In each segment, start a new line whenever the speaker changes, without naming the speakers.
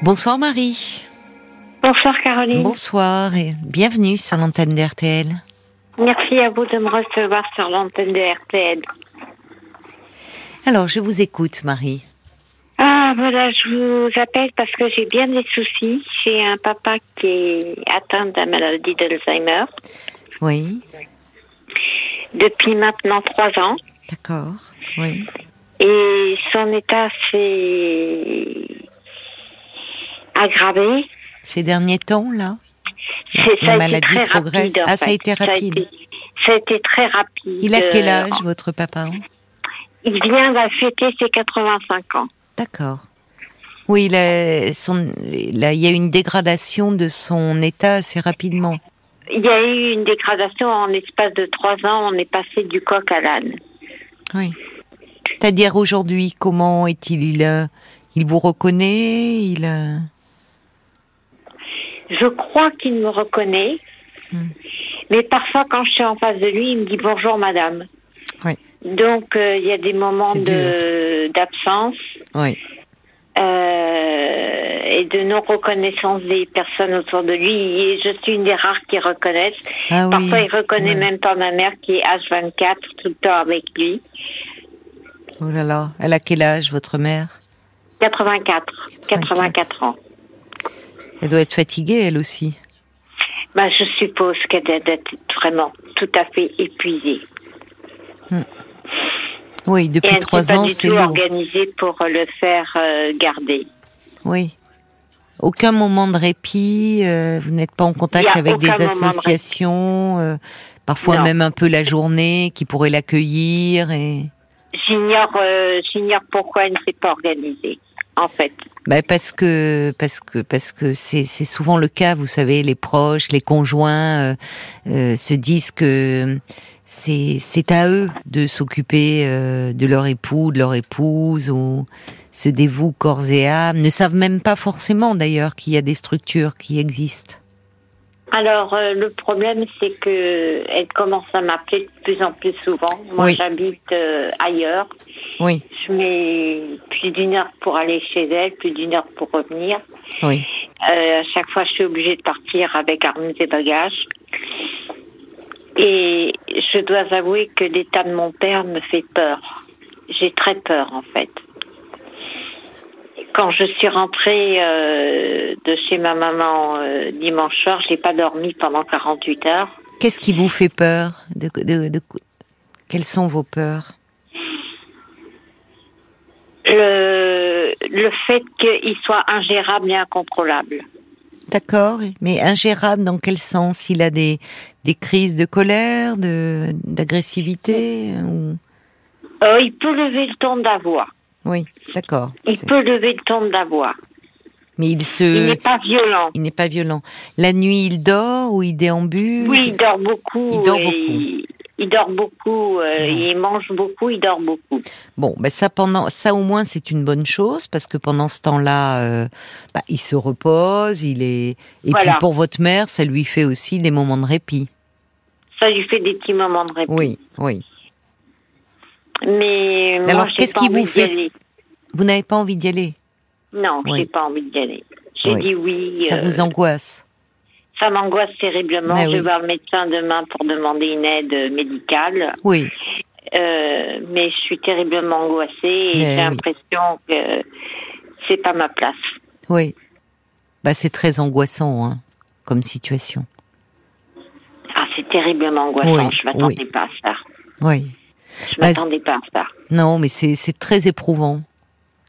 Bonsoir Marie.
Bonsoir Caroline.
Bonsoir et bienvenue sur l'antenne de RTL.
Merci à vous de me recevoir sur l'antenne de RTL.
Alors, je vous écoute Marie.
Ah voilà, je vous appelle parce que j'ai bien des soucis. J'ai un papa qui est atteint de la maladie d'Alzheimer
Oui,
depuis maintenant trois ans
d'accord. Oui.
et son état s'est aggravé.
Ces derniers temps là
C'est-
La
a été
maladie
très
progresse.
rapide, en
Ah, ça a
fait.
été rapide.
Ça a été, ça a été très rapide.
Il a quel
Euh,
âge votre papa
Il vient de fêter ses 85 ans.
D'accord. Oui, il a- son- là, il y a eu une dégradation de son état assez rapidement.
Il y a eu une dégradation en l'espace de trois ans. On est passé du coq à l'âne.
Oui. C'est-à-dire aujourd'hui, comment est-il euh, Il vous reconnaît Il euh,
Je crois qu'il me reconnaît,
Hmm.
mais parfois quand je suis en face de lui, il me dit bonjour madame.
Oui.
Donc euh, il y a des moments
C'est
de d'absence
Oui.
euh, et de non reconnaissance des personnes autour de lui. Et je suis une des rares qui reconnaissent.
Ah oui.
Parfois il reconnaît
ouais.
même pas ma mère qui est H24 tout le temps avec lui.
Oh là là. Elle a quel âge votre mère
84, 84 ans.
Elle doit être fatiguée elle aussi.
Bah, je suppose qu'elle doit être vraiment tout à fait épuisée.
Oui,
Et elle
depuis
ne s'est
trois
pas
ans,
du
c'est
tout
lourd.
organisée pour euh, le faire euh, garder.
Oui. Aucun moment de répit, euh, vous n'êtes pas en
Il
contact
y a
avec
aucun
des
moment de répit.
associations, euh, parfois
Non.
même un peu la journée qui pourrait l'accueillir et
J'ignore, euh, j'ignore pourquoi elle ne s'est pas organisée, en fait.
Bah, parce que parce que parce que c'est c'est souvent le cas, vous savez, les proches, les conjoints euh, euh, se disent que euh, c'est c'est à eux de s'occuper euh, de leur époux, de leur épouse, ou se dévouent corps et âme, ne savent même pas forcément d'ailleurs qu'il y a des structures qui existent.
Alors, euh, le problème, c'est que elle commence à m'appeler de plus en plus souvent. Moi,
Oui.
j'habite euh, ailleurs.
Oui,
Je mets plus d'une heure pour aller chez elle, plus d'une heure pour revenir.
oui,
Euh, à chaque fois, je suis obligée de partir avec armes et bagages. Et je dois avouer que l'état de mon père me fait peur. J'ai très peur, en fait. Quand je suis rentrée euh, de chez ma maman euh, dimanche soir, j'ai pas dormi pendant 48 heures.
Qu'est-ce qui vous fait peur de, de- de- Quelles sont vos peurs
Le, le fait qu'il soit ingérable et incontrôlable.
D'accord, mais ingérable dans quel sens Il a des, des crises de colère, de d'agressivité ou...
Euh, il peut lever le ton de la voix.
Oui, d'accord.
Il
C'est-
peut lever le ton de la voix.
Mais il
Il
se,
n'est pas violent.
il n'est pas violent. La nuit, il dort ou il déambule
Oui, il dort beaucoup.
Il dort
et
beaucoup.
Il, il dort beaucoup, euh,
Mhm.
il mange beaucoup, il dort beaucoup.
Bon, ben ça pendant ça au moins c'est une bonne chose parce que pendant ce temps-là, euh, bah, il se repose, il est et puis
Voilà.
pour votre mère, ça lui fait aussi des moments de répit.
Ça lui fait des petits moments de répit.
Oui, oui.
Mais moi,
Alors,
j'ai
qu'est-ce
pas
qui
envie
vous
d'y
fait-
aller.
Vous n'avez pas envie d'y aller.
Non,
Oui.
j'ai pas envie d'y aller. J'ai
Oui.
dit oui.
Ça
euh,
vous angoisse.
ça m'angoisse terriblement.
Ah
je
oui.
vais voir le médecin demain pour demander une aide euh, médicale.
Oui,
Euh, mais je suis terriblement angoissée et
Mais
j'ai
oui.
l'impression que c'est pas ma place.
oui. Bah, c'est très angoissant hein, comme situation.
Ah, c'est terriblement angoissant.
Oui,
Je m'attendais pas à ça.
Oui.
Je
Bah,
m'attendais pas à ça.
Non, mais c'est c'est très éprouvant.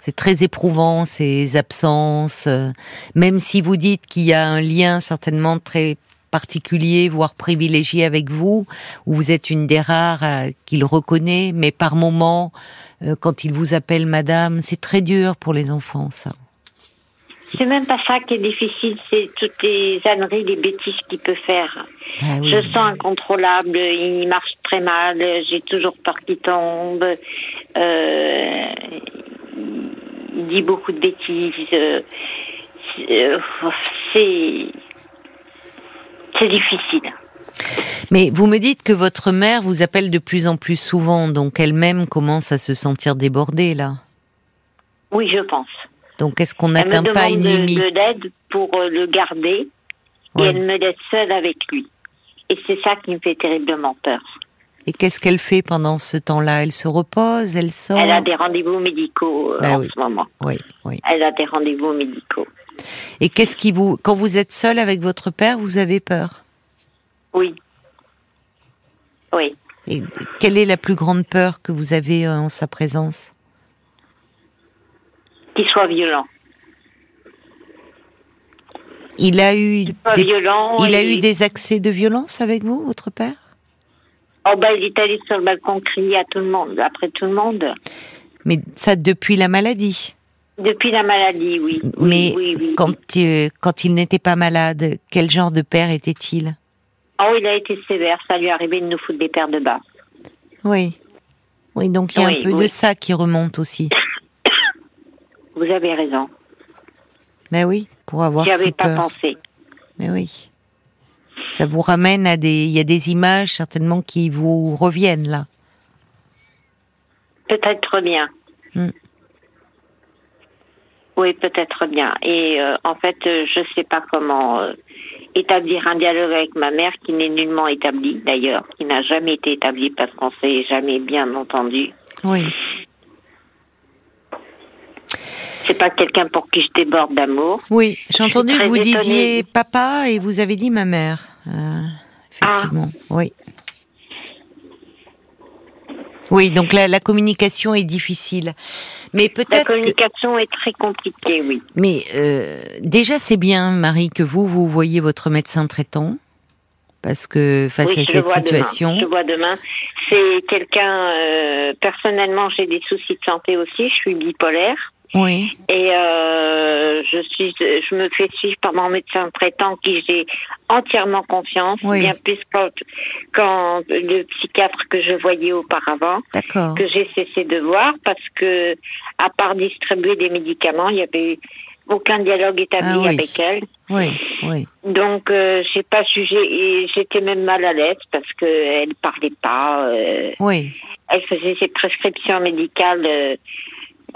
C'est très éprouvant ces absences. euh, Même si vous dites qu'il y a un lien certainement très particulier, voire privilégié avec vous, où vous êtes une des rares euh, qu'il reconnaît, mais par moment, euh, quand il vous appelle madame, c'est très dur pour les enfants, ça.
C'est même pas ça qui est difficile, c'est toutes les âneries, les bêtises qu'il peut faire.
Ah oui.
Je sens incontrôlable, il marche très mal, j'ai toujours peur qu'il tombe. Euh, il dit beaucoup de bêtises. euh, c'est- euh, C'est c'est difficile.
Mais vous me dites que votre mère vous appelle de plus en plus souvent, donc elle-même commence à se sentir débordée là.
Oui, je pense.
Donc est-ce qu'on
Elle me
n'atteint
demande
pas une
de-
limite
de l'aide pour euh, le garder et
Ouais.
elle me laisse seule avec lui. Et c'est ça qui me fait terriblement peur.
Et qu'est-ce qu'elle fait pendant ce temps-là Elle se repose, elle sort
Elle a des rendez-vous médicaux euh,
Bah
en
oui.
ce moment.
Oui, oui.
Elle a des rendez-vous médicaux.
Et qu'est-ce qui vous quand vous êtes seul avec votre père, vous avez peur
Oui. Oui.
Et quelle est la plus grande peur que vous avez euh, en sa présence
Qu'il soit violent.
Il a eu
Qu'il soit
des-
violent.
il a
et-
eu des accès de violence avec vous, votre père
Oh bah il est allé sur le balcon crier à tout le monde, après tout le monde.
Mais ça depuis la maladie.
Depuis la maladie, oui. Oui,
Mais
oui, oui.
Quand euh, quand il n'était pas malade, quel genre de père était-il
Oh, il a été sévère. Ça lui est arrivé de nous foutre des paires de bas.
Oui. Oui, donc il y a
Oui,
un peu de
oui.
ça qui remonte aussi.
Vous avez raison.
Ben oui, pour avoir
J'y avais
si
pas
peur.
pensé.
Mais oui. Ça vous ramène à des. Il y a des images certainement qui vous reviennent là.
Peut-être bien.
Hmm.
Oui, peut-être bien. Et euh, en fait, euh, je sais pas comment euh, établir un dialogue avec ma mère qui n'est nullement établi d'ailleurs, qui n'a jamais été établi parce qu'on s'est jamais bien entendu.
Oui.
C'est pas quelqu'un pour qui je déborde d'amour.
Oui, j'ai entendu que
très
vous
étonnée.
disiez papa et vous avez dit ma mère. Euh, effectivement, oui. Oui, donc la, la communication est difficile. Mais
La
peut-être que.
communication est très compliquée, oui.
Mais euh, déjà, c'est bien, Marie, que vous, vous voyez votre médecin traitant. Parce que face
oui,
à
je le
Bah, cette
vois
situation.
Demain. Je le vois demain. C'est quelqu'un. euh, personnellement, j'ai des soucis de santé aussi. Je suis bipolaire.
Oui,
Et euh, je suis, je me fais suivre par mon médecin traitant qui j'ai entièrement confiance,
Oui.
bien plus quand, quand le psychiatre que je voyais auparavant,
d'accord.
que j'ai cessé de voir parce que, à part distribuer des médicaments, il n'y avait eu aucun dialogue établi
Ah oui.
avec elle.
Oui, oui.
Donc, euh, j'ai pas jugé et j'étais même mal à l'aise parce que elle parlait pas. euh,
Oui,
elle faisait ses prescriptions médicales euh,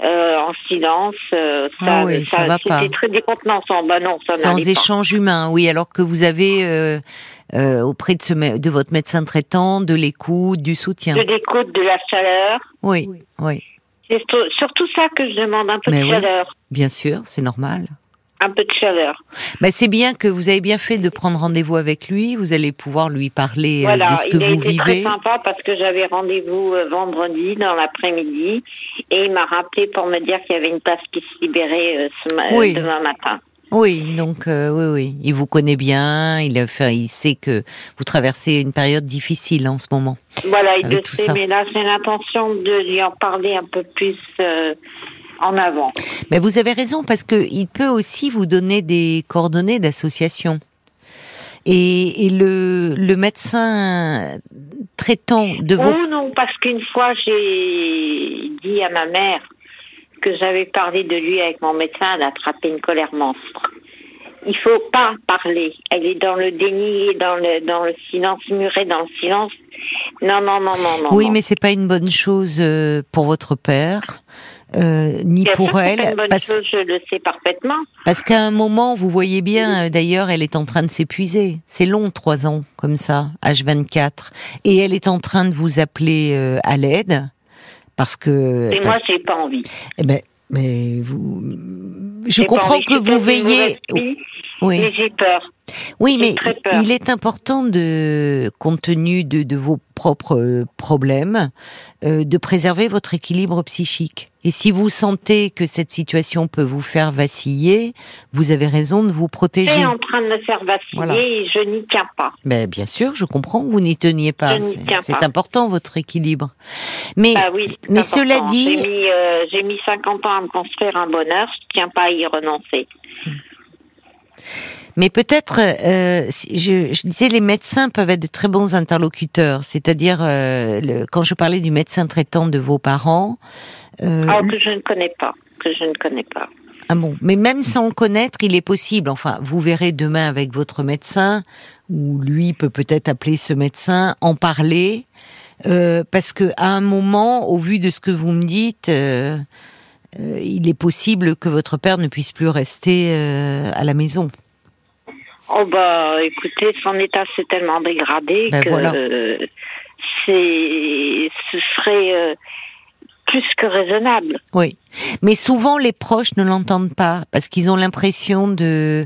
euh, en silence. euh, ça,
Ah oui, ça va
c'était
pas.
très décontenançant. Bah non, ça
sans
n'allait pas.
échange humain, oui, alors que vous avez euh, euh, auprès de, ce, mé- de votre médecin traitant de l'écoute, du soutien.
De l'écoute, de la chaleur.
Oui, oui,
C'est sur- surtout ça que je demande, un peu
Mais
de
oui.
chaleur.
bien sûr, c'est normal.
Un peu de chaleur.
Bah, c'est bien que vous avez bien fait de prendre rendez-vous avec lui, vous allez pouvoir lui parler euh,
voilà,
de ce que
il a
vous
été très
vivez.
sympa parce que j'avais rendez-vous euh, vendredi dans l'après-midi et il m'a rappelé pour me dire qu'il y avait une place qui se libérait euh, ce ma-
Oui.
demain matin.
Oui, donc euh, oui, oui, il vous connaît bien, il, a fait, il sait que vous traversez une période difficile en ce moment.
Voilà, il
Avec
le
tout
sait,
ça.
mais là j'ai l'intention de lui en parler un peu plus euh, en avant.
Mais vous avez raison parce que il peut aussi vous donner des coordonnées d'associations. Et, et le, le médecin traitant de vos
Oh non, parce qu'une fois j'ai dit à ma mère que j'avais parlé de lui avec mon médecin, elle a attrapé une colère monstre. Il faut pas parler. Elle est dans le déni, et dans le dans le silence muré, dans le silence. Non non non non non.
oui,
non.
mais c'est pas une bonne chose euh, pour votre père, euh, ni
Bien sûr
pour
que c'est pas
elle,
une bonne
parce,
chose, je le sais parfaitement.
parce qu'à un moment, vous voyez bien, euh, d'ailleurs, elle est en train de s'épuiser. C'est long, trois ans comme ça, H24, et elle est en train de vous appeler euh, à l'aide parce que.
Mais moi
parce-
j'ai pas envie.
eh ben, mais vous, je
Eh ben, J'ai pas
comprends
envie.
que
Je suis
vous
pas une mauvaise
veillez.
fille,
Oui.
Mais j'ai peur.
Oui,
J'ai
mais
très peur.
il est important de, compte tenu de, de vos propres euh, problèmes, euh, de préserver votre équilibre psychique. Et si vous sentez que cette situation peut vous faire vaciller, vous avez raison de vous
Je suis
protéger.
en train de me faire vaciller
Voilà.
et je n'y tiens pas.
Ben, bien sûr, je comprends que vous n'y teniez pas.
Je n'y
C'est-
tiens
C'est
pas.
important votre équilibre. Mais
Bah oui, c'est
mais
important.
cela dit-
J'ai mis, euh, j'ai mis 50 ans à me construire un bonheur, je tiens pas à y renoncer.
Mais peut-être, euh, si- je, je disais, les médecins peuvent être de très bons interlocuteurs. C'est-à-dire, euh, le- quand je parlais du médecin traitant de vos parents, euh,
Ah, que je ne connais pas, que je ne connais pas.
ah bon, mais même sans le connaître, il est possible. Enfin, vous verrez demain avec votre médecin, ou lui peut peut-être appeler ce médecin, en parler, euh, parce que à un moment, au vu de ce que vous me dites. euh, euh, il est possible que votre père ne puisse plus rester euh, à la maison.
Oh bah écoutez, son état s'est tellement dégradé
Ben
que
voilà.
euh, c'est ce serait euh, plus que raisonnable.
Oui. Mais souvent, les proches ne l'entendent pas parce qu'ils ont l'impression de,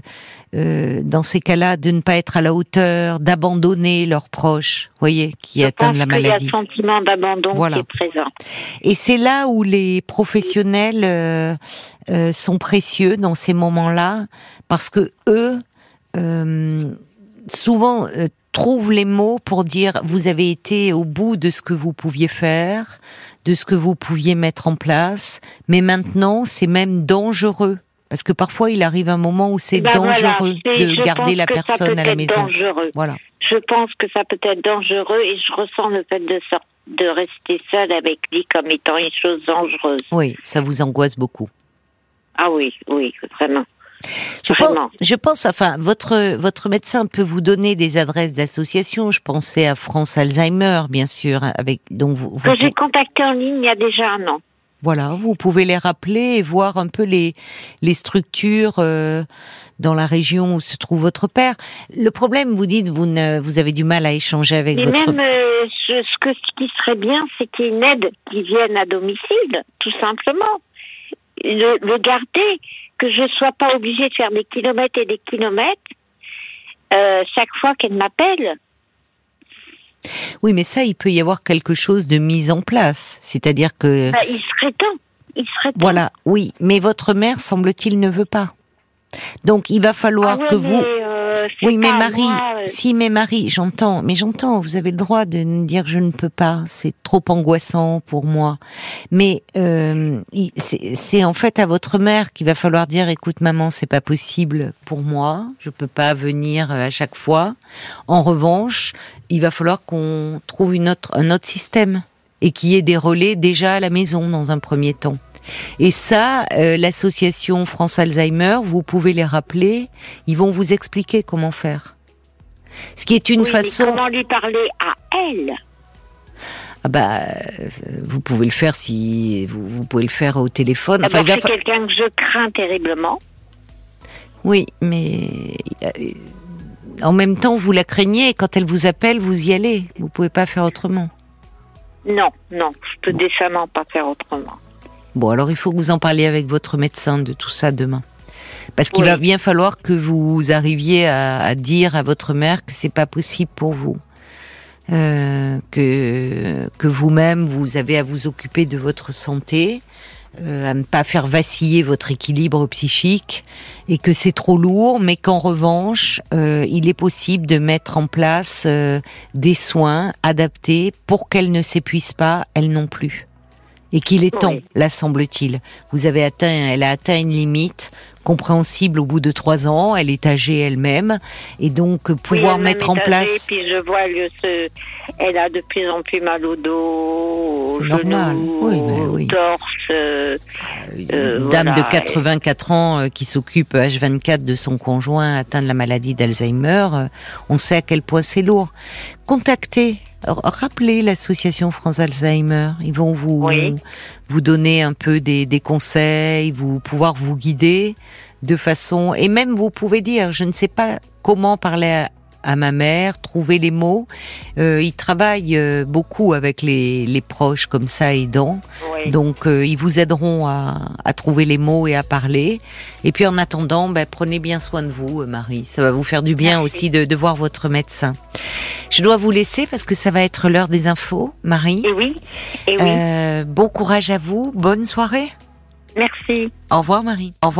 euh, dans ces cas-là, de ne pas être à la hauteur, d'abandonner leurs proches, voyez, qui atteignent
Je
la
pense qu'il y a le
maladie.
sentiment d'abandon
Voilà.
qui est présent.
Et c'est là où les professionnels euh, euh, sont précieux dans ces moments-là, parce que eux, euh, souvent, euh, trouvent les mots pour dire vous avez été au bout de ce que vous pouviez faire, de ce que vous pouviez mettre en place, mais maintenant, c'est même dangereux. Parce que parfois, il arrive un moment où c'est
Bah voilà,
dangereux
c'est- je
de garder
pense
la
que ça
personne
peut
à la
être
maison.
dangereux.
Voilà.
Je pense que ça peut être dangereux et je ressens le fait de sor- de rester seule avec lui comme étant une chose dangereuse.
Oui, ça vous angoisse beaucoup.
Ah oui, oui, vraiment.
Je pense,
Vraiment.
je pense, enfin, votre votre médecin peut vous donner des adresses d'associations. Je pensais à France Alzheimer, bien sûr, avec donc vous, vous-
Que Ah, j'ai contacté en ligne il y a déjà un an.
voilà, vous pouvez les rappeler et voir un peu les les structures euh, dans la région où se trouve votre père. Le problème, vous dites, vous ne vous avez du mal à échanger avec
Mais
votre
même euh, je- ce, que, ce qui serait bien, c'est qu'il y ait une aide qui vienne à domicile, tout simplement. Le, le garder, que je ne sois pas obligée de faire des kilomètres et des kilomètres euh, chaque fois qu'elle m'appelle.
Euh. Oui, mais ça, il peut y avoir quelque chose de mise en place, c'est-à-dire que
Bah, il serait temps. Il serait temps.
voilà, oui, mais votre mère semble-t-il ne veut pas. Donc, il va falloir
Ah ouais,
que vous
mais, euh, c'est
Oui, mais
pas à
Marie,
moi, euh,
si, mais Marie, j'entends, mais j'entends, vous avez le droit de me dire je ne peux pas, c'est trop angoissant pour moi. Mais euh, il- c'est c'est en fait à votre mère qu'il va falloir dire écoute, maman, c'est pas possible pour moi, je peux pas venir euh, à chaque fois. En revanche, il va falloir qu'on trouve une autre, un autre système et qu'il y ait des relais déjà à la maison dans un premier temps. Et ça, euh, l'association France Alzheimer, vous pouvez les rappeler, ils vont vous expliquer comment faire. Ce qui est une
oui, mais
façon,
Comment lui parler à elle
ah bah, euh, vous pouvez le faire si vous, vous pouvez le faire au téléphone. Enfin,
D'abord,
il va
Ah bah, C'est
fa-
quelqu'un que je crains terriblement.
Oui, mais euh, en même temps, vous la craignez. et Quand elle vous appelle, vous y allez. Vous pouvez pas faire autrement.
Non, non, je peux décemment pas faire autrement.
Bon, alors il faut que vous en parliez avec votre médecin de tout ça demain. Parce qu'il
Oui.
va bien falloir que vous arriviez à, à dire à votre mère que c'est pas possible pour vous. Euh, que que vous-même, vous avez à vous occuper de votre santé, euh, à ne pas faire vaciller votre équilibre psychique, et que c'est trop lourd, mais qu'en revanche, euh, il est possible de mettre en place euh, des soins adaptés pour qu'elle ne s'épuise pas, elle non plus. Et qu'il est temps,
Oui.
là semble-t-il. Vous avez atteint, elle a atteint une limite compréhensible au bout de trois ans. Elle est âgée elle-même, et donc euh,
Oui,
pouvoir
elle
mettre
m'a
en
ménagé,
place.
Puis je vois, le, ce- elle a de plus en plus mal au dos, au
C'est normal.
genou,
Oui, mais
au
oui.
torse. euh,
Une
Euh,
dame
voilà,
de 84 ans euh, qui s'occupe H24 de son conjoint atteint de la maladie d'Alzheimer, euh, on sait à quel point c'est lourd. Contactez, r- rappelez l'association France Alzheimer, ils vont vous
Oui.
vous donner un peu des, des conseils, vous pouvoir vous guider de façon et même vous pouvez dire je ne sais pas comment parler à, à ma mère, trouver les mots. Euh, ils travaillent euh, beaucoup avec les, les proches comme ça aidants.
oui.
Donc, euh, ils vous aideront à, à trouver les mots et à parler. Et puis, en attendant, ben, prenez bien soin de vous, euh, Marie. Ça va vous faire du bien
Merci.
aussi de, de voir votre médecin. Je dois vous laisser parce que ça va être l'heure des infos, Marie.
Et oui, et oui.
Euh, bon courage à vous. Bonne soirée.
Merci.
Au revoir, Marie. Au revoir.